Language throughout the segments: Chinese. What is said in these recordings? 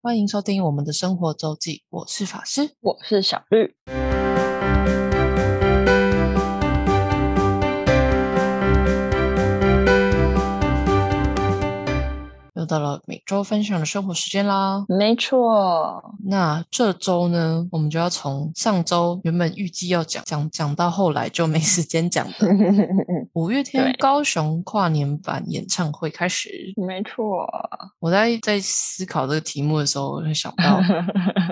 欢迎收听我们的生活周记，我是法师。我是小绿。又到了每周分享的生活时间啦。没错，那这周呢，我们就要从上周原本预计要讲讲讲到后来就没时间讲的 五月天对高雄跨年版演唱会开始。没错，我在在思考这个题目的时候，我就想 到，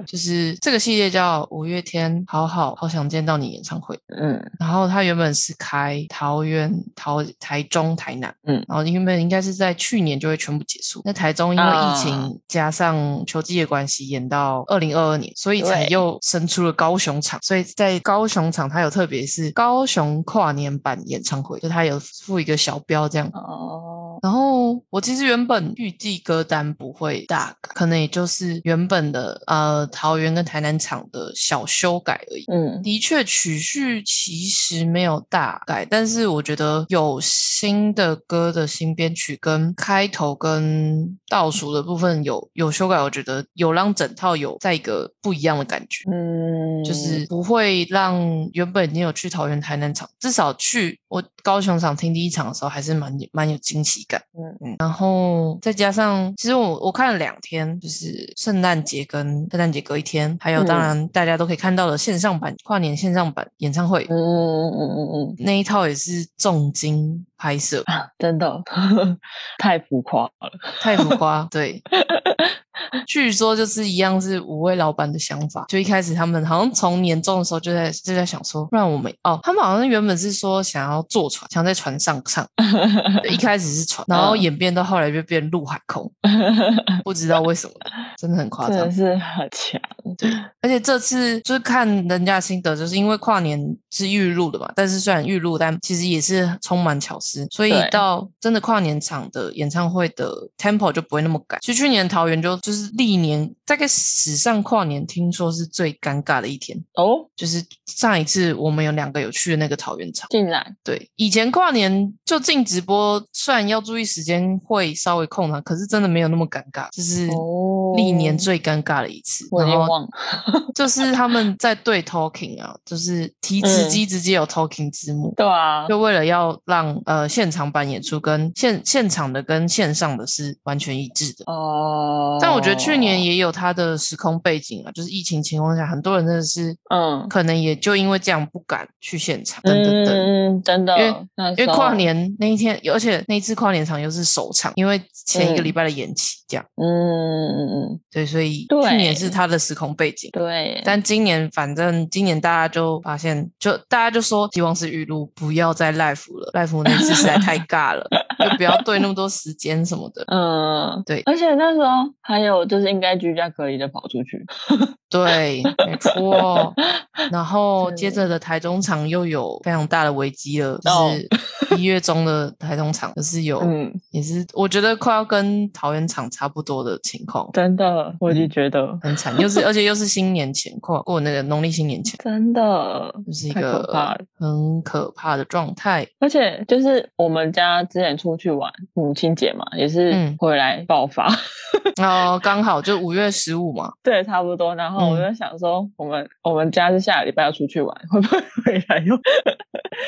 就是这个系列叫五月天好好好想见到你演唱会。嗯，然后他原本是开桃园、桃、台中、台南，嗯，然后原本应该是在去年就会全部结束。那台中因为疫啊情加上球季的关系，延到二零二二年，所以才对又生出了高雄场。所以在高雄场，它有特别是高雄跨年版演唱会，就它有附一个小标这样。哦，然后我其实原本预计歌单不会大改，可能也就是原本的呃桃园跟台南场的小修改而已。嗯，的确，曲序其实没有大改，但是我觉得有新的歌的新编曲跟开头跟倒数的部分有有修改，我觉得有让整套有在一个不一样的感觉。嗯，就是不会让原本已经有去桃园、台南场，至少去我高雄场听第一场的时候，还是蛮蛮有惊喜感。嗯嗯然后再加上，其实我我看了两天，就是圣诞节跟圣诞节隔一天，还有嗯当然大家都可以看到的线上版跨年线上版演唱会、嗯嗯嗯嗯那一套也是重金拍摄，嗯，真的 太浮夸了。太浮夸。对，据说就是一样是五位老板的想法，就一开始他们好像从年终的时候就在就在想说，不然我们哦，他们好像原本是说想要坐船，想在船上唱，一开始是船，然后嗯演变到后来就变陆海空，不知道为什么，真的很夸真张的。是很强，而且这次就是看人家心得，就是因为跨年是预录的嘛，但是虽然预录，但其实也是充满巧思，所以对到真的跨年场的演唱会的 tempo 就不会那么赶。其实去年桃园就就是历年大概史上跨年听说是最尴尬的一天，哦，就是上一次我们有两个有去的那个桃园场。竟然，对，以前跨年就进直播，虽然要注意时间会稍微空档，可是真的没有那么尴尬，就是哦历年最尴尬的一次。我已然经后忘了，就是他们在对 talking 啊，就是提词嗯机直接有 talking 字幕，对啊，就为了要让呃现场版演出跟现现场的跟线上的是完全一致的。哦，但我觉得去年，也有它的时空背景啊，就是疫情情况下，很多人真的是嗯可能也就因为这样不敢去现场，等等等。嗯嗯，真的，因为那因为时跨候，年那一天，而且那一次跨年场又是首场，因为前一个嗯礼拜的延期，这样、嗯嗯嗯嗯，对，所以对去年是它的时空背景。对，但今年反正今年大家就发现，就大家就说希望是预录，不要再 live 了，live 那次实在 太尬了，就不要对那么多时间什么的。嗯，对而且那时候还有就是应该居家隔离的跑出去，对，没错。然后对接着的台中场又有非常大的危机了，哦就是一月中的台中场，就是有、嗯，也是我觉得快要跟桃园场差不多的情况，真的，我就嗯觉得、很惨，又是而且又是新年前过过那个农历新年前，真的，就是一太可怕个了很可怕的状态。而且就是我们家之前出去玩母亲节嘛，也是嗯回来爆发， 哦，刚好就五月十五嘛，对，差不多。然后我嗯就想说，我们、我们家是下礼拜要出去玩，会不 会回来又？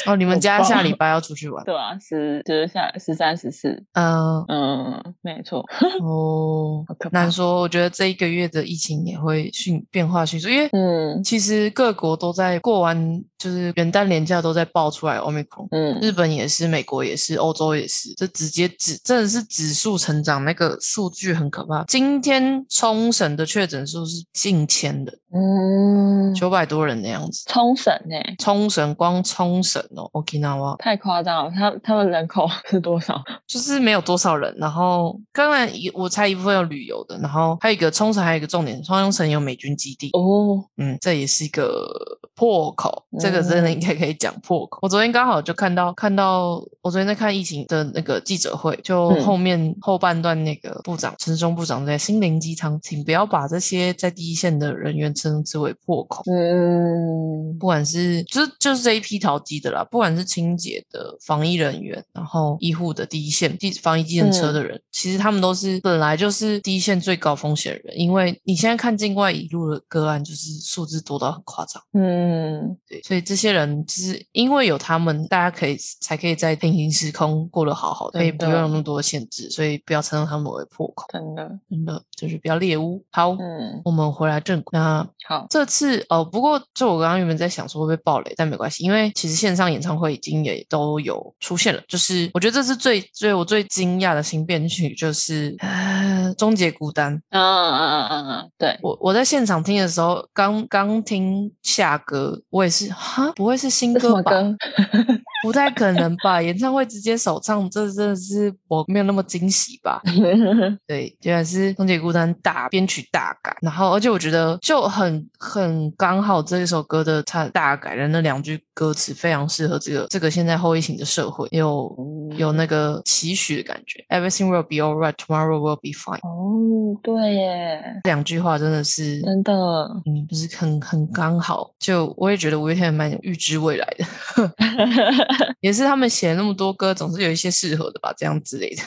哦，你们好家棒？下礼拜要出去玩对啊，十就是下十三十四，嗯、嗯，没错，哦好可，怕难说。我觉得这一个月的疫情也会迅变化迅速，因为嗯其实各国都在过完就是元旦连假都在爆出来 omicron。嗯，日本也是，美国也是，欧洲也是，这直接指真的是指数成长，那个数据很可怕。今天冲绳的确诊数是近千的，嗯，九百多人的样子。冲绳呢、冲绳光冲绳哦，Okinawa 太夸张了，他他们人口 是多少？就是没有多少人，然后当然一我猜一部分有旅游的，然后还有一个冲绳还有一个重点，冲绳有美军基地，哦，嗯，这也是一个破口，这个真的应该可以讲破口。我昨天刚好就看到看到，我昨天在看疫情的那个记者会，就嗯后面、后半段那个部长陈松部长在心灵鸡汤，请不要把这些在第一线的人员称之为破口。嗯，不管是就是就是这一批淘机的啦，不管是清洁的、防疫人员，然后医护的第一线、第防疫计程车嗯的人，其实他们都是本来就是第一线最高风险的人，因为你现在看境外引入的个案，就是数字多到很夸张，嗯，对，所以这些人就是因为有他们，大家可以才可以在平行时空过得好好的，所以真不的用有那么多限制，所以不要称他们为破口，真的，真的就是不要猎巫。好，嗯，我们回来正轨，那好，这次哦，不过就我刚刚原本在想说会被爆雷，但没关系，因为其实线上演唱会已经也都有出现了。就是我觉得这是最最我最惊讶的新编曲，就是呃终结孤单。啊啊啊啊啊，对，我我在现场听的时候，刚刚听下歌，我也是哈，不会是新这什歌么吧？歌？不太可能吧？演唱会直接首唱，这真的是我没有那么惊喜吧？对，居然是《终结孤单》大编曲大改，然后而且我觉得就很很刚好这一首歌的它大改的那两句歌词非常适合这个这个现在后疫情的社会，有有那个期许的感觉。Everything will be alright, tomorrow will be fine。 哦，对耶，这两句话真的是，真的，嗯，就是很很刚好。就我也觉得五月天还蛮预知未来的，也是他们写了那么多歌，总是有一些适合的吧，这样之类的。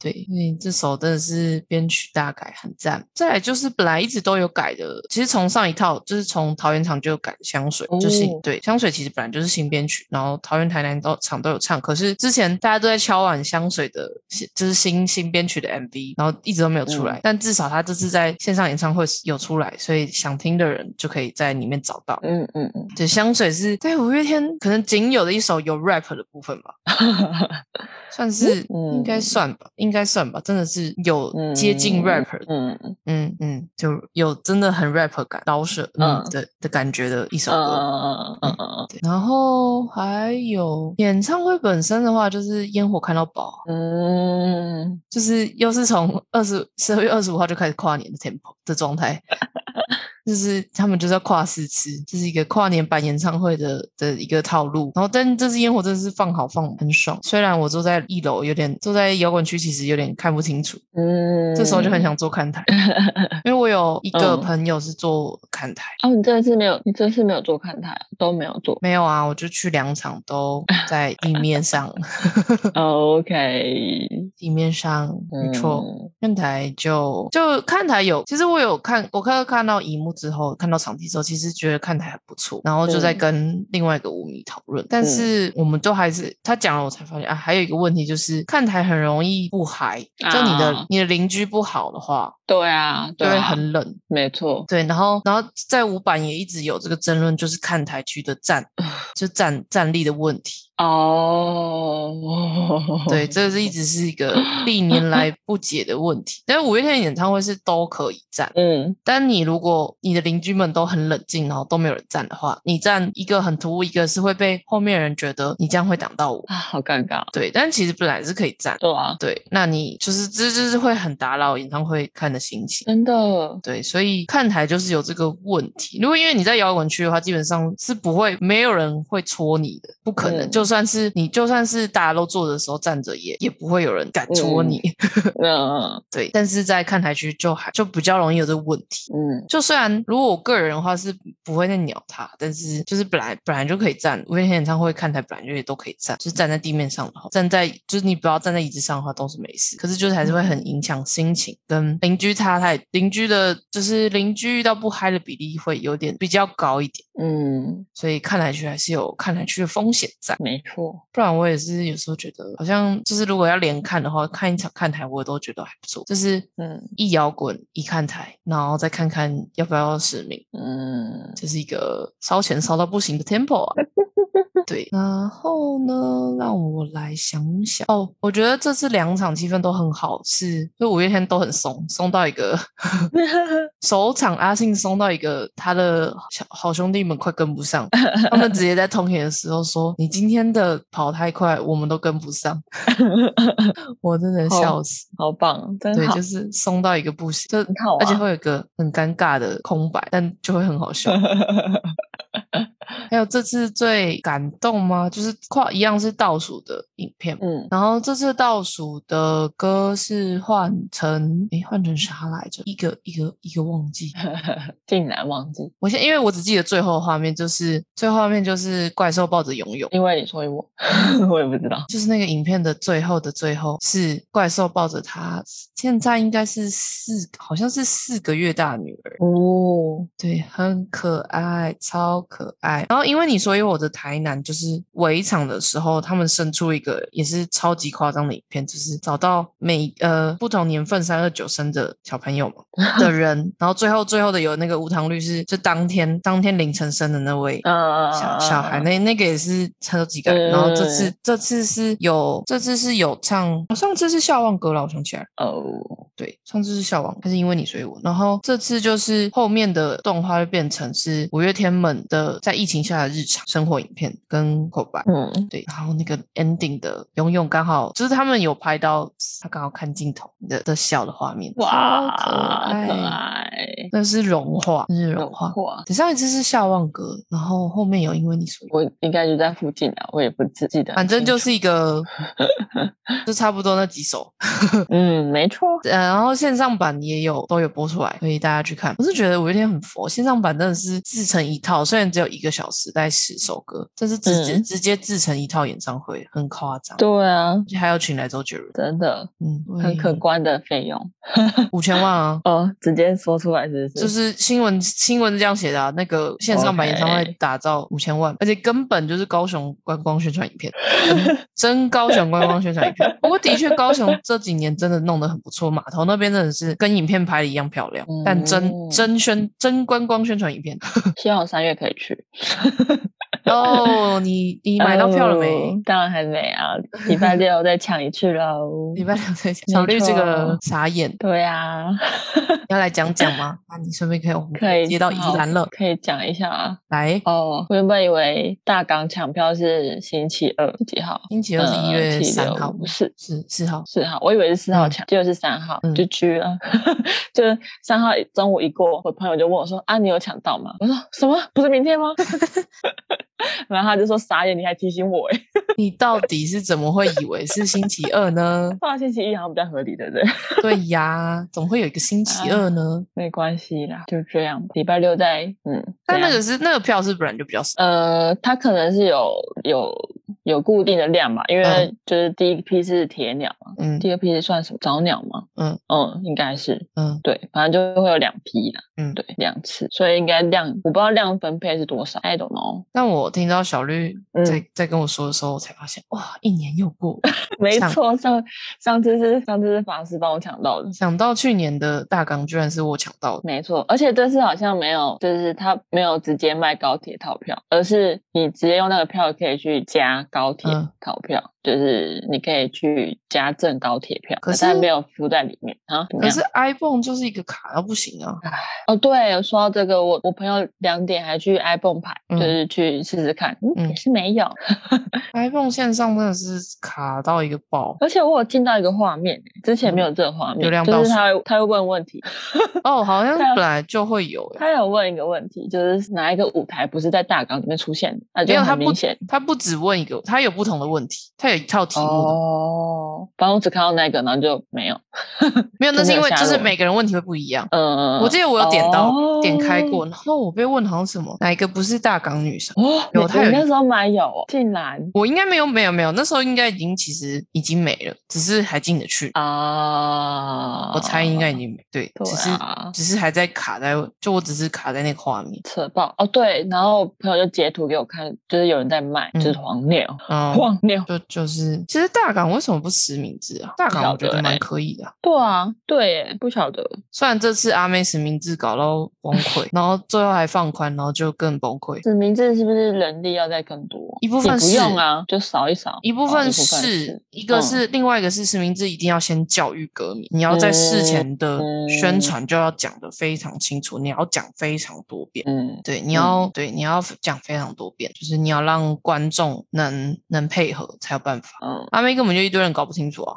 对，因为这首真的是编曲大改，很赞。再来就是本来一直都有改的，其实从上一套就是从桃园场就有改香水，就是哦对香水其实本来就是新编曲，然后桃园、台南都场都有唱，可是之前大家都在敲碗香水的，就是新新编曲的 MV，然后一直都没有出来，嗯但至少他这次在线上演唱会有出来，所以想听的人就可以在里面找到。嗯嗯嗯，对，香水是对五月天可能仅有的一首有 rap 的部分吧。算是、应嗯该算吧，应该算吧，真的是有接近嗯 rapper，嗯嗯嗯嗯就有真的很 rapper 感，饶舌嗯嗯的的感觉的一首歌。嗯嗯嗯对然后还有演唱会本身的话，就是烟火看到饱，嗯嗯，就是又是从二十十二月二十五号就开始跨年的 tempo 的状态， 就是他们就是要跨四次，这、是一个跨年版演唱会的的一个套路。然后，但这支烟火真的是放好放很爽，虽然我坐在一楼有点坐在摇滚区，其实有点看不清楚，嗯，这时候就很想做看台，因为我有一个嗯朋友是做看台。哦，你这次没有，你这次没有做看台，啊都没有 做。没有啊，我就去两场都在地面上，哦 OK，地面上没错。嗯看台就就看台有，其实我有看，我看看到荧幕之后，看到场地之后，其实觉得看台还不错，然后就在嗯跟另外一个舞迷讨论，但是我们都还是他讲了，我才发现啊，还有一个问题就是看台很容易不嗨，就你的、啊你的邻居不好的话，对啊，就对会啊，很冷。没错，对，然后然后在五版也一直有这个争论，就是看台区的站就站站立的问题。哦，对，这是一直是一个历年来不解的问题。但是五月天的演唱会是都可以站，嗯，但你如果你的邻居们都很冷静，然后都没有人站的话，你站一个很突兀，一个是会被后面的人觉得你这样会挡到我。啊，好尴尬，对，但其实本来是可以站。对啊，对，那你就是这就是会很打扰演唱会看的心情。真的，对，所以看台就是有这个问题。如果因为你在摇滚区的话，基本上是不会，没有人会戳你的，不可能。嗯就算是你，就算是大家都坐着的时候站着也，也不会有人敢戳你。 嗯对，但是在看台区就还就比较容易有这个问题。嗯就虽然如果我个人的话是不会再鸟他，但是就是本来本来就可以站，五月天演唱会看台本来就也都可以站，就是站在地面上的话，站在就是你不要站在椅子上的话都是没事，可是就是还是会很影响心情，跟邻居他太邻居的，就是邻居遇到不嗨的比例会有点比较高一点，嗯，所以看来去还是有看来去的风险在。没错，不然我也是有时候觉得，好像就是如果要连看的话，看一场看台我都觉得还不错，就是嗯一摇滚一看台，然后再看看要不要实名， 嗯，这是一个烧钱烧到不行的 tempo 啊。对，然后呢，让我来想想哦，我觉得这次两场气氛都很好，是就五月天都很松，松到一个 首场阿信松到一个他的小好兄弟们快跟不 上，他们直接在通勤的时候说：“你今天的跑太快，我们都跟不 上。”我真的好笑死，好棒，哦真对，好，就是松到一个不行，就很好而且啊 会有一个很尴尬的空白，但就会很好笑。还有这次最感动吗？就是跨一样是倒数的影片，嗯，然后这次倒数的歌是换成诶换成啥来着？一个一个一个忘记。竟然忘记，我现因为我只记得最后的画面，就是最后画面就是怪兽抱着游泳，因为你所以我 我也不知道，就是那个影片的最后的最后是怪兽抱着他，现在应该是四好像是四个月大女儿，哦，对，很可爱，超可爱。然后因为你所以我的台南就是围场的时候，他们生出一个也是超级夸张的影片，就是找到每呃不同年份三二九生的小朋友嘛的人，然后最后最后的有那个无糖律师，就当天当天凌晨生的那位。啊，小小孩那那个也是超级感人，然后这次嗯这次是有这次是有唱，上次是笑忘歌了，我想起来了。哦，对，上次是小王，但是因为你所以我，然后这次就是后面的动画就变成是五月天们的在疫情下的日常生活影片跟口白。嗯，对，然后那个 ending 的勇勇刚好就是他们有拍到他刚好看镜头的的笑的画面，哇，超可爱，可爱，那是融化，那是融化。哇，对，上一次是笑忘歌，然后后面有因为你所以我，我应该就在附近啊，我也不记记得很清楚，反正就是一 个，就差不多那几首。嗯，没错，呃，然后线上版也有都有播出来，所以大家去看。我是觉得五月天很佛，线上版真的是自成一套，虽然只有一个小时，大概十首歌，但是直接、嗯直接自成一套演唱会，很夸张。对啊，还有请来周杰伦，真的嗯，很可对，观的费用，五千万啊哦，直接说出来是不就是是新闻新闻这样写的、啊，那个线上版演唱会 OK 打造五千万，而且根本就是高雄观光宣传影 片，真真高雄观光宣传影片。不过的确，高雄这几年真的弄得很不错，码头那边真的是跟影片拍的一样漂亮，但真嗯真宣真观光宣传影片。希望我三月可以去。哦，你你买到票了没 哦？当然还没啊，礼 拜六再抢一次喽。礼拜六再讲。小绿这个傻眼，对呀、啊，要来讲讲 吗？那你顺便可以我们可以接到宜好兰了，可以讲一下啊。来，哦，我原本以为大港抢票是星期二是几号？呃星期二是一月三号，不是是四号。四号，我以为是四号嗯抢，结果是三号，嗯就狙了。 就是三号中午一过，我朋友就问我说：“啊，你有抢到吗？”我说：“什么？不是明天吗？” 然后他就说：“傻眼，你还提醒我哎。你到底是怎么会以为是星期二呢”？放到星期一好像比较合理，对不对？对呀，总会有一个星期二呢。没关系啦，就这样。礼拜六再嗯，但怎那样个是那个票是本来就比较少，呃，它可能是有有有固定的量吧，因为嗯就是第一批是铁鸟嘛，嗯第二批是算什么早鸟嘛，嗯嗯，应该是嗯，对，反正就会有两批啦，嗯对，两次，所以应该量我不知道量分配是多少，I don't know，但我听到小绿嗯在、在跟我说的时候，我才发现哇，一年又过了。没上错，上上次是上次是法师帮我抢到的。想到去年的大纲居然是我抢到的，没错，而且这次好像没有，就是他没有直接卖高铁套票，而是你直接用那个票可以去加高铁嗯套票，就是你可以去加赠高铁票，可但是没有附在里面啊。怎么可样是 iPhone 就是一个卡到不行啊。哦，对，说到这个，我我朋友两点还去 iPhone 牌，嗯就是去试试看，嗯，也嗯是没有。 iPhone 线上真的是卡到一个爆而且我有进到一个画面，欸之前没有这个画面，嗯流量就倒是数他会他会问问题，哦，好像对啊本来就会有欸、他有问一个问题，就是哪一个舞台不是在大纲里面出现的，那没就有，他很不明显。，他不只问一个，他有不同的问题，他有一套题目的。哦，反正我只看到那个，然后就没有。没有，那就是没有因为下就是落每个人问题会不一样。嗯，我记得我有点到、点开过，哦。然后我被问好像什么哪一个不是大港女神，哦，有你它你有一那时候买有哦，竟然我应该没有没有没有，那时候应该已经其实已经没了，只是还进得去。啊，我猜应该已经没对，哦对只是啊只是还在卡在，就我只是卡在那个画面。扯爆哦。对，然后朋友就截图给我看，就是有人在卖，就是嗯黄牛，嗯，黄牛。就就是其实大港为什么不实名制啊？大不港晓我觉得得蛮欸可以的啊、对啊，对耶，不晓得。虽然这次阿妹实名制搞到崩 溃，然后最后还放宽，然后就更崩溃。指名制是不是人力要再更多？一部也分不是用啊，就扫一扫。一部哦分是是，一个嗯是另外一个是实名制，一定要先教育革命。你要在事前的嗯宣传就要讲得非常清楚，你要讲非常多遍。嗯，对，你要、对你要讲非常多遍，就是你要让观众能能配合才有办法。嗯阿妹根本就一堆人搞不清楚啊，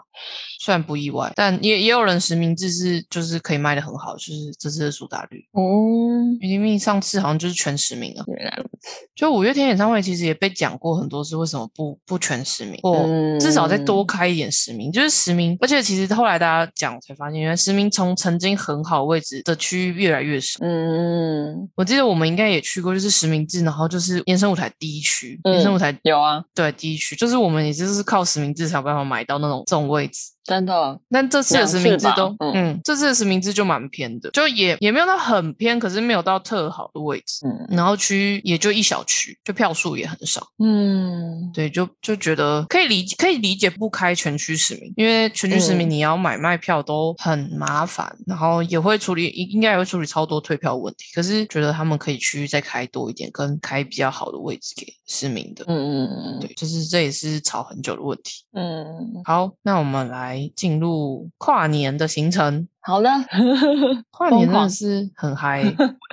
虽然不意外，但也也有人实名制是就是可以卖的很好，就是这次的苏打绿。嗯，云林蜜上次好像就是全实名了，原来如此。就五月天演唱会其实也被讲过很多次，为什么不不全实名，或嗯至少再多开一点实名，就是实名。而且其实后来大家讲才发现，原来实名从曾经很好的位置的区域越来越少。嗯，我记得我们应该也去过，就是实名制，然后就是延伸舞台第一区，嗯延伸舞台有啊，对第一区，就是我们也就是靠实名制才有办法买到那种这种位置。真的，但这次的两实次名制吧都，嗯嗯，这次的实名制就蛮偏的，就也也没有到很偏，可是没有到特好的位置。嗯然后区域也就一小区，就票数也很少，嗯，对，就就觉得可以理解，可以理解不开全区实名，因为全区实名嗯你要买卖票都很麻烦，然后也会处理，应应该也会处理超多退票问题。可是觉得他们可以区域再开多一点，跟开比较好的位置给市民的，嗯嗯嗯对，就是这也是吵很久的问题。嗯，好，那我们来进入跨年的行程。好的， 跨年真的疯狂是很嗨，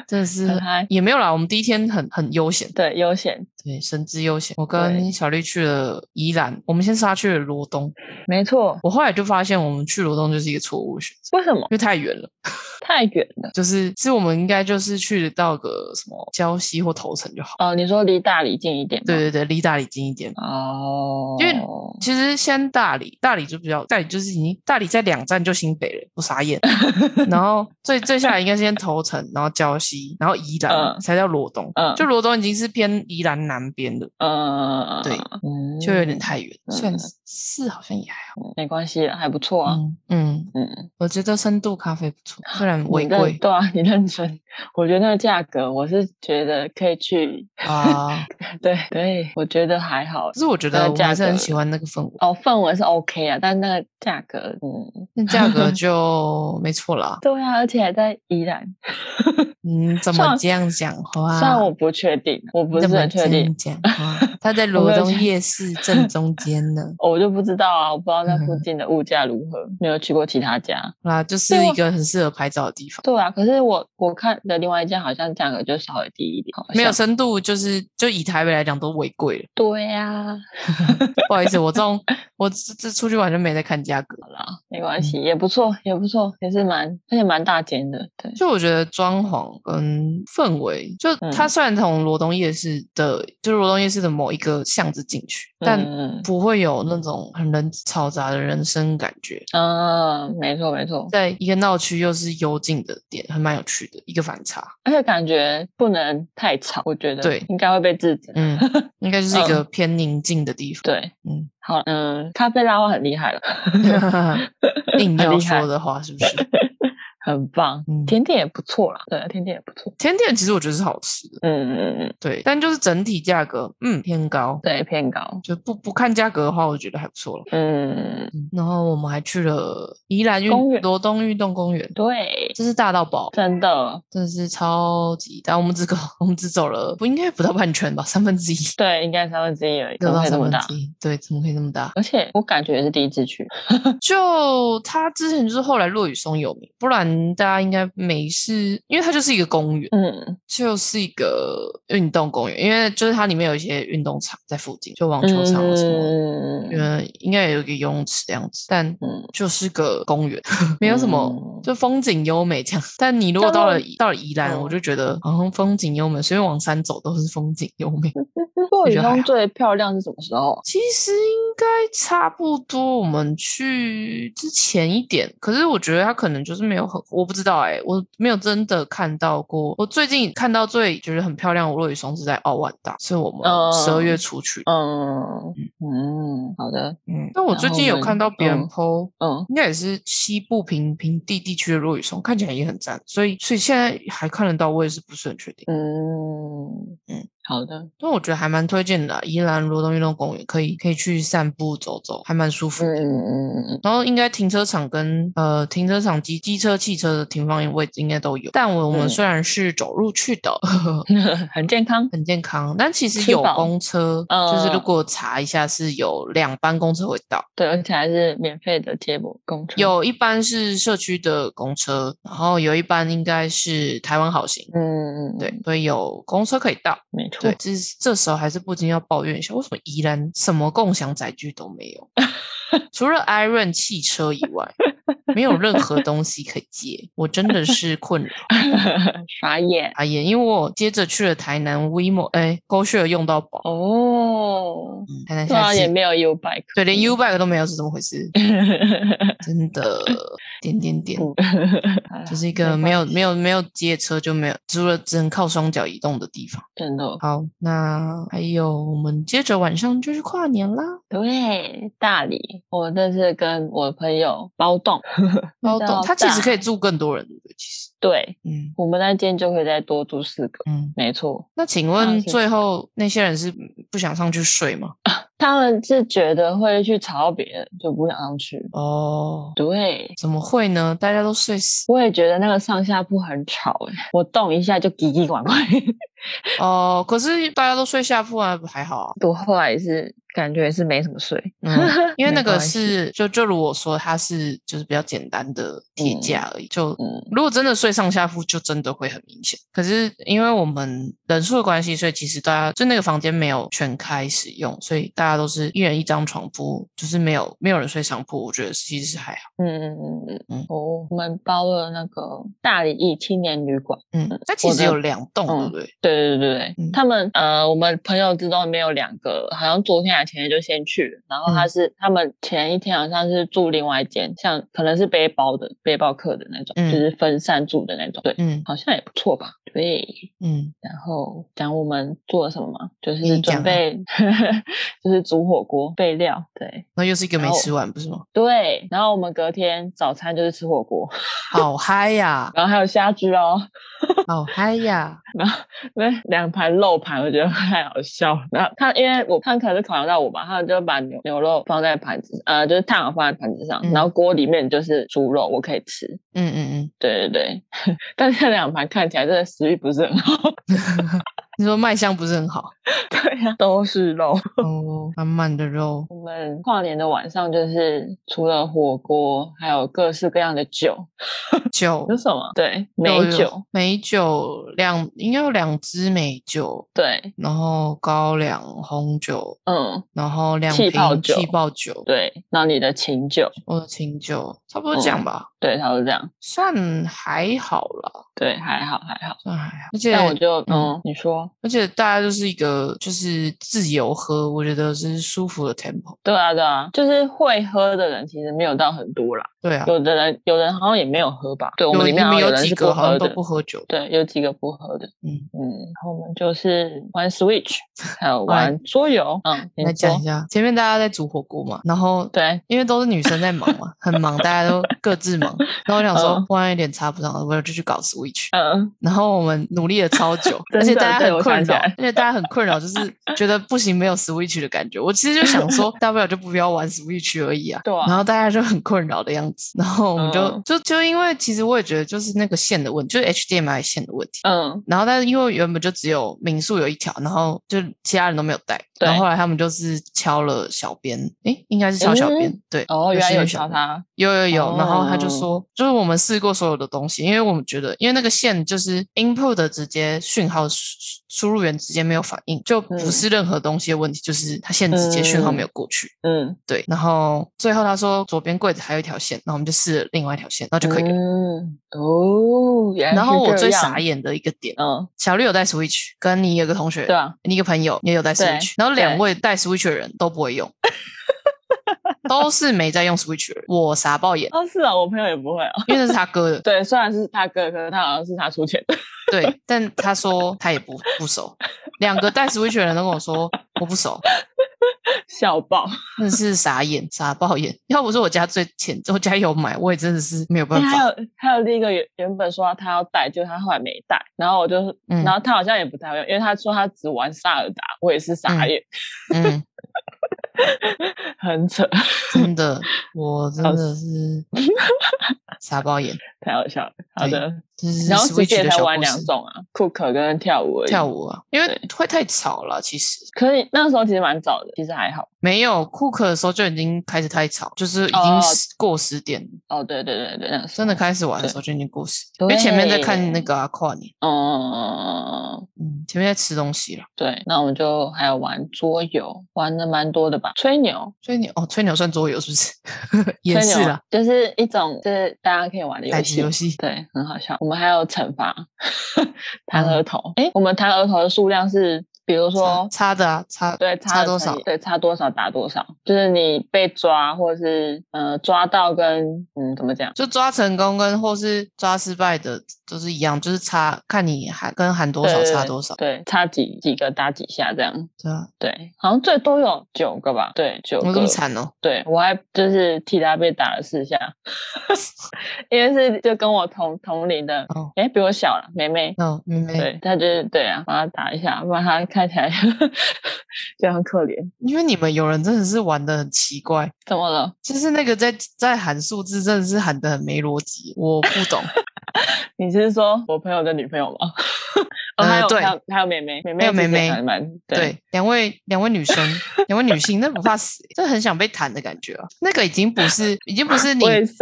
真的是 很嗨也没有啦。我们第一天很很悠闲，对，悠闲，对，神之悠闲。我跟对小绿去了宜兰，我们先杀去了罗东。没错。我后来就发现，我们去罗东就是一个错误的选择，为什么因为太远了。太远了？就是是我们应该就是去到个什么礁溪或头城就好。哦，你说离大理近一点吗？对对对，离大理近一点。哦，因为其实先大理，大理就比较，大理就是已经大理在两站就新北了，我傻 眼。然后最最下来应该先头城，然后礁溪，然后宜兰、嗯才叫罗东。嗯就罗东已经是偏宜兰南边的，嗯，对嗯，就有点太远。嗯虽然嗯是好像也还好。没关系啦，还不错啊。嗯嗯，嗯，我觉得深度咖啡不错，虽然你违认规对啊，你认真。我觉得那个价格，我是觉得可以去。啊，对对，我觉得还好可。是我觉那得我价还是很格喜欢那个氛围，哦，氛围是 OK 啊，但那个价格，嗯，那价 格就没错啦。对啊，而且还在宜兰。嗯，怎虽么然这样讲话？虽然我不确定，我不你是怎么很确这样定， 讲话？他在罗没有东确夜市正中间 呢。我就不知道啊，我不知道那附嗯近的物价如何，没有去过其他家。啦，就是对一啊个很适合拍照的地方，对啊，可是我我看的另外一家好像价格就稍微低一点，好没有像深度，就是就以台北来讲都违规了。对啊呀、不好意思，我这种我这这出去完全没在看价格好了。啦，没关嗯系，也不错，也不错，也是蛮而且蛮大间的，对，就我觉得装潢跟氛围，就它嗯虽然从罗东夜市的，就是罗东夜市的某一个巷子进去，但嗯不会有那种很人嘈杂的人声感觉。嗯、没错没错，在一个闹区又是幽静的点，还蛮有趣的一个反差。而且感觉不能太吵，我觉得对应该会被制止， 嗯，应该就是一个偏宁静的地方。嗯对， 嗯，好，嗯，咖啡拉花很厉害了， 硬很要厉害说的话，是不是？很棒，嗯甜点也不错啦，对，甜点也不错，甜点其实我觉得是好吃的，嗯嗯嗯，对，但就是整体价格，嗯，偏高。对，偏高，就不不看价格的话，我觉得还不错了。嗯，嗯然后我们还去了宜兰运公园罗东运动公园，对，真是大到爆，真的，真的是超级大。我们只走， 我们只走了不应该不到半圈吧，三分之一，对，应该三分之一而已，不怎么到会这三么分大？之一，对，怎么可以那么 大？而且我感觉也是第一次去，就它之前就是后来落雨松有名，不然大家应该没事，因为它就是一个公园，嗯就是一个运动公园，因为就是它里面有一些运动场在附近，就网球场啊什么的。嗯呃，应该也有一个游泳池这样子，但嗯就是个公园，没有什么，就风景优美这样。但你如果但到我了宜到了宜兰，我嗯就觉得好像风景优美，随便往山走都是风景优美。落雨觉得还中好最漂亮是什么时候？其实应该差不多，我们去之前一点。可是我觉得它可能就是没有很，我不知道哎、我没有真的看到过。我最近看到最觉得很漂亮的落羽松是在奥万大，是我们十二月嗯出去。嗯嗯，好的，嗯，但我然最后近我有们看到别人嗯 PO，、嗯应该也是西部平平地地区的落羽松，看起来也很赞，所以所以现在还看得到，我也是不是很确定。嗯嗯嗯，好的，但我觉得还蛮推荐的啊、宜兰罗东运动公园可以可以去散步走走，还蛮舒服嗯的。嗯嗯然后应该停车场跟呃停车场及机车、汽车的停放位置应该都有。但我们嗯虽然是走路去的，嗯， 很健康，很健康，但其实吃有饱公车，就是如嗯果查一下是有两班公车会到，对，而且还是免费的接驳公车，，有一班是社区的公车，然后有一班应该是台湾好行。嗯嗯，对，，所以有公车可以到，没错对，，这是这时候还是不禁要抱怨一下，为什么宜兰什么共享载具都没有？ 除了 Iron 汽车以外，没有任何东西可以借，我真的是困扰。 傻眼啊也因为我接着去了台南 WeMo，哎，GoShare 用到饱，哦。嗯台南对现啊，在也是没嗯有 U bike，嗯对，连 U Bike 都没有，是怎么回事？ 真的，点点点，嗯 就是一个没有没有有没有街车就没有，除了只能靠双脚移动的地方。真的好，那还有我们接着晚上就是跨年啦，对大理，我这次跟我朋友包栋，包到哦懂。他其实大可以住更多人，对不对？其实，对嗯我们那间就会再多住四个，嗯。没错。那请那问是最后那些人是不想上去睡吗？他们是觉得会去吵到别人，就不想上去。哦，对，怎么会呢？大家都睡死我也觉得那个上下铺很吵、欸，我动一下就叽叽管管。 哦，可是大家都睡下铺啊，还好啊。我后来也是感觉也是没什么睡，嗯因为没那个关系是就就如我说，它是就是比较简单的铁嗯架而已，就嗯，如果真的睡上下铺，就真的会很明显。可是因为我们人数的关系，所以其实大家就那个房间没有全开使用，所以大家都是一人一张床铺，就是没有没有人睡上铺。我觉得其实是还好。嗯嗯嗯嗯嗯，哦，我们包了那个大理艺青年旅馆，嗯，它其我实的有两栋，对嗯不对？对对对对，嗯他们呃，我们朋友之中里面有两个，好像昨天还前天就先去了，然后他嗯是、他们前一天好像是住另外一间，像可能是背包的背包客的那种，嗯就是分散住的那种，对，嗯好像也不错吧，对，嗯，然后讲我们做了什么吗？就你是讲啊准备， 就是煮火锅备料，对那又是一个没然后吃完，不是 吗？对。然后我们隔天早餐就是吃火锅，，好嗨呀然后还有虾汁哦，好嗨呀！ 那两盘肉盘，我觉得太好笑了。然后他因为我他可能是考量到我吧，他就把牛牛肉放在盘子，呃，就是烫好放在盘子上，嗯然后锅里面就是猪肉，我可以吃。嗯嗯对对对， 但是那两盘看起来真的食欲不是很好。 嗯，你说卖相不是很好对呀、都是肉。哦，满满的 肉，我们跨年的晚上就是除了火锅，还有各式各样的酒，酒有什么？对，美有有酒，美酒两应该有两支美酒，对，然后高粱红酒，嗯，然后两气瓶泡酒气泡酒，对，然后你的琴酒，或者清酒，差不多这嗯样吧，对，他是这样，算还好啦，对，还好还好。算还好。而且但我就嗯嗯，你说，而且大家就是一个就是自由喝，我觉得是舒服的 tempo。对啊对啊，就是会喝的人其实没有到很多啦，对啊，有的人有的人好像也没有喝吧，对我们有里你面好们像有人几是个好喝像都的，不喝酒，对，有几个不喝的，嗯。嗯，然后我们就是玩 Switch，还 有玩玩桌游，嗯，你来哎讲说一，下，前面大家在煮火锅嘛，然后对，因为都是女生在忙嘛，很忙，大家都各自 忙。然后我想说嗯，万一有点插不上，我就去搞 Switch。嗯。然后我们努力了超久 ，真的而且大家对很我困想起扰，来而且大家很困扰，就是觉得不行，没有 Switch 的感觉。我其实就想 说，大不了就不要玩 Switch 而已啊。对啊然后大家就很困扰的样子，然后我们就、嗯就就因为其实我也觉得就是那个线的问题，就是 HDMI 线的问题。嗯，然后，但是因为原本就只有民宿有一条，然后就其他人都没有带。对然后后来他们就是敲了小编，诶，应该是敲小编，对。哦，原来是有小敲编他，有有有，然后他就哦说，就是我们试过所有的东西，因为我们觉得，因为那个线就是 input 的直接讯号输输入源直接没有反应，就不嗯是任何东西的问题，就是它线直接讯号没有过去。嗯，对，然后最后他说左边柜子还有一条线，那我们就试了另外一条线，然后就可以了。嗯，哦，原来然是后我这最样傻，眼的一个点，嗯，小绿有带 Switch，跟你有个同学，对啊，你一个朋友也有带对 Switch，然后两对位带 Switch 的人都不会用， 都是没在用 Switch 的人，我傻爆眼，哦，是啊，我朋友也不会哦，因为那是他哥的。对，虽然是他哥，可是他好像是他出钱的， 对，但他说他也不不熟。两个带 Switch 的人都跟我说我不熟，笑爆，真的是傻眼傻爆眼。要不是我家最前，我家有买，我也真的是没有办哎还法。有还有另一个原原本说他要带，就他后来没带，然后我就，嗯然后他好像也不太会用，因为他说他只玩萨尔达，我也是傻嗯眼，嗯，很扯，真的，我真好的是傻爆眼。太好笑了。好的，就是然后直 Switch 接的才小玩故两事种啊，Cook 跟跳舞而已跳。舞啊，因为对会太吵了，其实。可以，那时候其实蛮早的，其实还好。没有库克的时候就已经开始太吵，就是已经哦十过十点了，哦，对对对对，那时候真的开始玩的时候就已经过十点，对因为前面在看那个、啊、跨年，嗯嗯嗯嗯嗯嗯，嗯，前面在吃东西了。对。那我们就还有玩桌游，玩的蛮多的吧？吹牛，吹牛哦，吹牛算桌游是不是？ 也吹是牛啦，就是一种就是大家可以玩的游骰子戏游。戏。对，很好笑。我们还有惩罚弹额头，诶，我们弹额头的数量是，比如说嗯差差的啊，差对，差了多乘以少对，差多少打多少，就是你被抓或者是呃抓到跟嗯怎么讲？就抓成功跟或是抓失败的都是一样，就是差看你喊跟喊多对少对差对多少，对，差几几个打几下这样。对啊，对，好像最多有九个吧？对，九我这么个。惨哦，对我还就是替他被打了四下， 因为是就跟我同同龄的哦，诶，比我小了，妹妹。那我妹妹，对，她就是对啊，把她打一下，不然她看起来 就很可怜。因为你们有人真的是玩的很奇怪，怎么了？就是那个在在喊数字，真的是喊的很没逻辑，我不 懂。你是说我朋友的女朋友吗？哦，呃还有对还有还有妹妹，妹妹还有之前妹妹还蛮对对，两位两位女生，两位女性，那不怕死，欸这很想被弹的感觉啊。那个已经不是，已经不是你我也是，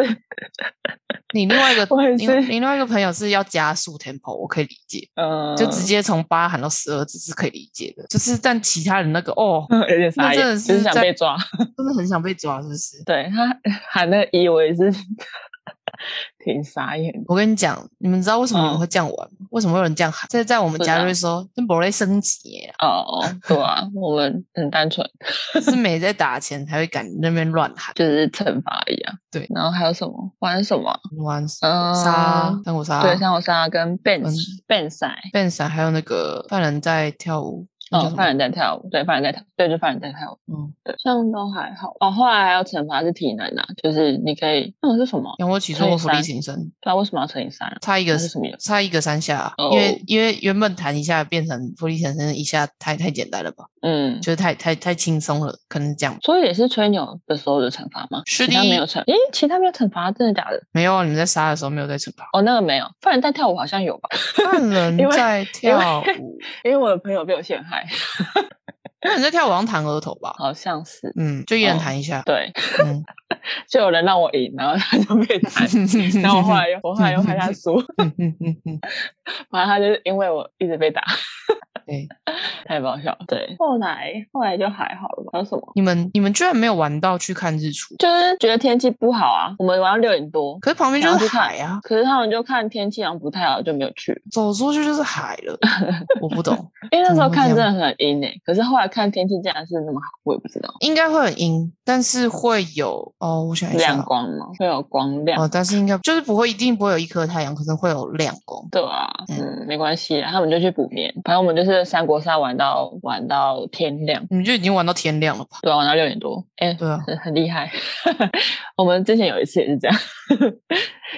你另外一个我也你另是你另外一个朋友是要加速 tempo，我可以理解，嗯，就直接从八喊到十二，这是可以理解的。就是但其他人那个哦，嗯 有点傻那眼，真的就是是想在被抓。真的很想被抓，是不是？对他喊那个一，我也是 挺傻眼的。我跟你讲，你们知道为什么你们嗯啊会这样玩吗？为什么会有人这样喊？这在我们不家知就道会说，真不会升级耶、哦，对啊，我们很单纯，是没在打钱才会敢那边乱喊。就是惩罚一样。对然后还有什么玩什么？玩嗯，沙、三国杀、啊对，像我杀跟 ben 嗯 ben 赛， b a n 还有那个犯人在跳舞。那叫哦什，么犯人在跳舞，对，犯人在跳，对，就犯人在跳舞。嗯，对，像都还好。哦，后来还有惩罚是体能的、就是你可以，那个是什么？仰卧起坐、乘以卧浮力三挺身，不知道为什么要乘以三啊？差一个那是什么意思差一个三下啊，因为哦因为原本弹一下变成浮力挺身一下，太太简单了吧？嗯，就是太太太轻松了，可能这样。所以也是吹牛的时候的惩罚吗？是其他没的有惩，咦，其他没有惩罚，真的假的？。没有啊，你们在杀的时候没有在惩罚哦，那个没有，犯人在跳舞好像有吧？犯人 因为在跳因舞，因为我的朋友被我陷害，犯人在跳舞好像弹额头吧？好像是。嗯，就一人哦弹一下。对， 嗯，，就有人让我赢，然后他就被 弹然后哎我后来又我后来又害 他输，嗯嗯嗯嗯，反正他就是因为我一直被打， 对，太爆笑了。对，后来后来就还好了吧？还有什么？你们你们居然没有玩到去看日出，就是觉得天气不好啊，我们玩到六点多，可是旁边就想要是去看海啊，可是他们就看天气好像不太好，就没有去。走出去就是海 了，我不懂，因为那时怎么候会看这真样的很阴诶、欸可是后来看天气竟然是那么好，我也不知道应该会很阴，但是会有哦，我想一下亮哦。光吗？会有光亮，哦，但是应该就是不会，一定不会有一颗太阳，可能会有亮光。对啊，嗯嗯，没关系啊，他们就去补眠，反正我们就是三国杀玩到玩到天亮，你们就已经玩到天亮了吧？对啊，玩到六点多，哎、对啊，很很厉害。 我们之前有一次也是这样，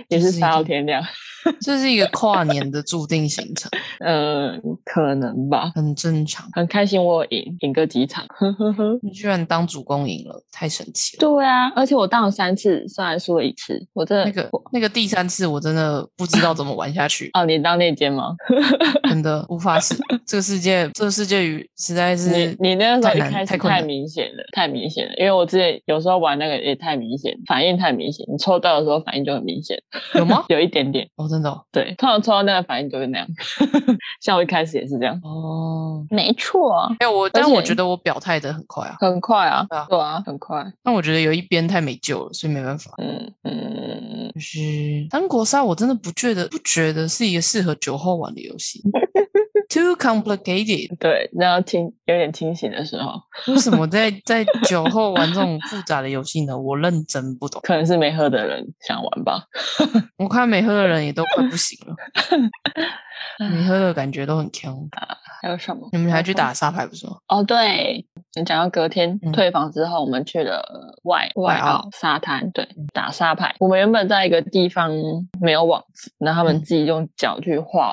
也 就是是一杀到个天亮， 这是一个跨年的注定行程，嗯、可能吧。很正常。很开心我有赢，赢个几场，呵呵呵。你居然当主公赢了，太神奇了！对啊，而且我当了三次，虽然输了一次，我真的那个我，那个第三次，我真的不知道怎么玩下去哦，你当内奸吗？真的无法死。这个世界，这个世界与实在是你你那个时太候一难开太始困太难明显了，太明显了，因为我之前有时候玩那个也太明显，反应太明显，你抽到的时候反应就很明显，？有吗有一点点，哦，真的哦对，通常抽到那个反应就会那样， 像我一开始也是这样，哦。没错，哎，我但且我觉得我表态的很快啊，很快啊对啊，对啊，很快，但我觉得有一边太没救了，所以没办法。嗯嗯，就是三国杀，我真的不觉得不觉得是一个适合酒后玩的游戏，too complicated。 对，然后清有点清醒的时候，为什么在在酒后玩这种复杂的游戏呢？我认真不懂。可能是没喝的人想玩吧，我看没喝的人也都快不行 了，没喝的感觉都很强。还有什么？你们还去有什么打沙牌不是吗？哦，对，你讲到隔天、嗯退房之后，我们去了外外外澳嗯澳沙滩，对，打沙牌。我们原本在一个地方没有网子，然后嗯他们自己用脚去画、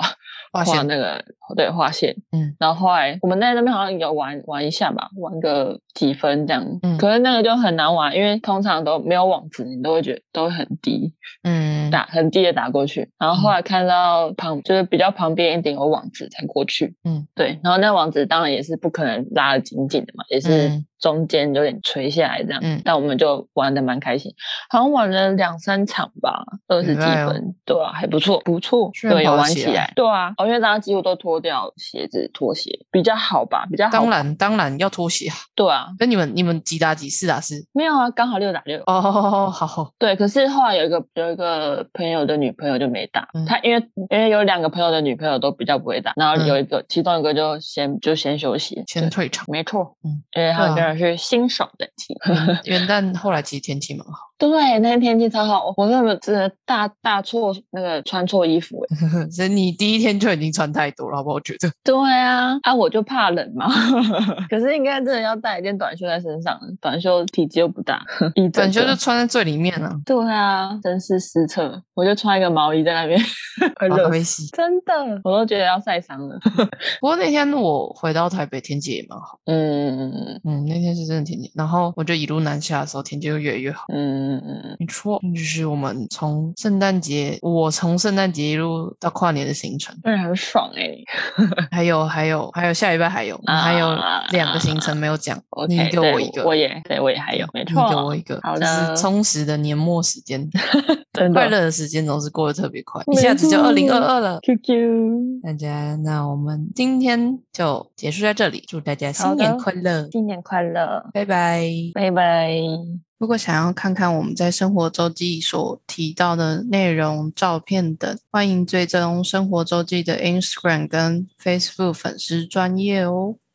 画画线那个对划线，嗯，然后后来我们在那边好像有玩玩一下吧，玩个几分这样，嗯可是那个就很难玩，因为通常都没有网子，你都会觉得都会很低，嗯，打很低的打过去，然后后来看到旁就是比较旁边一点有网子才过去，嗯，对，然后那网子当然也是不可能拉得紧紧的嘛，也是嗯中间有点垂下来这样，嗯但我们就玩的蛮开心，好像玩了两三场吧，二十明几白哦分，对啊，还不错，不错，居然对，有跑得玩起起来来，对啊，哦，因为大家几乎都脱掉鞋子拖鞋比较好吧，比较好，当，然当然要拖鞋啊。对啊，跟你们你们几打几，四打四？没有啊，刚好六打六，哦，好，对，可是后来有一个有一个朋友的女朋友就没打，嗯她因为因为有两个朋友的女朋友都比较不会打，然后嗯有一个、其中一个就先就先休息，先对退场。没错，嗯，因为对他啊真的是新手等级。元旦后来其实天气蛮好， 对，那天天气超好，我根本真的大大错那个穿错衣服、嗯欸。所以你第一天就已经穿太多了，好不好？我觉得 对啊，啊我就怕冷嘛， 可是应该真的要带一件短袖在身上，短袖体积又不大， 一整短袖个就穿在最里面了，对啊，真是失策，我就穿一个毛衣在那边， 快好热死可惜。真的，我都觉得要晒伤了。不过那天我回到台北，天气也蛮好。嗯嗯，那天是真的天气，然后我就一路南下的时候，天气就越来越好。嗯嗯，没错，就是我们从圣诞节，我从圣诞节一路到跨年的行程，那很爽哎、还有还有还有下礼拜还有、啊还有两个行程没有讲， OK，你给对我一个，我也对我也还有，没你给错我，一个，好就的是充实的年末时间，真 快的。乐的时间总是过得特别快，没一下子就错二零二二了。 QQ，大家，那我们今天就结束在这里，祝大家好新的年快乐，新年快乐，拜拜。拜拜。如果想要看看我们在生活周记所提到的内容、照片等，欢迎追踪生活周记的 Instagram 跟 Facebook 粉丝专业哦。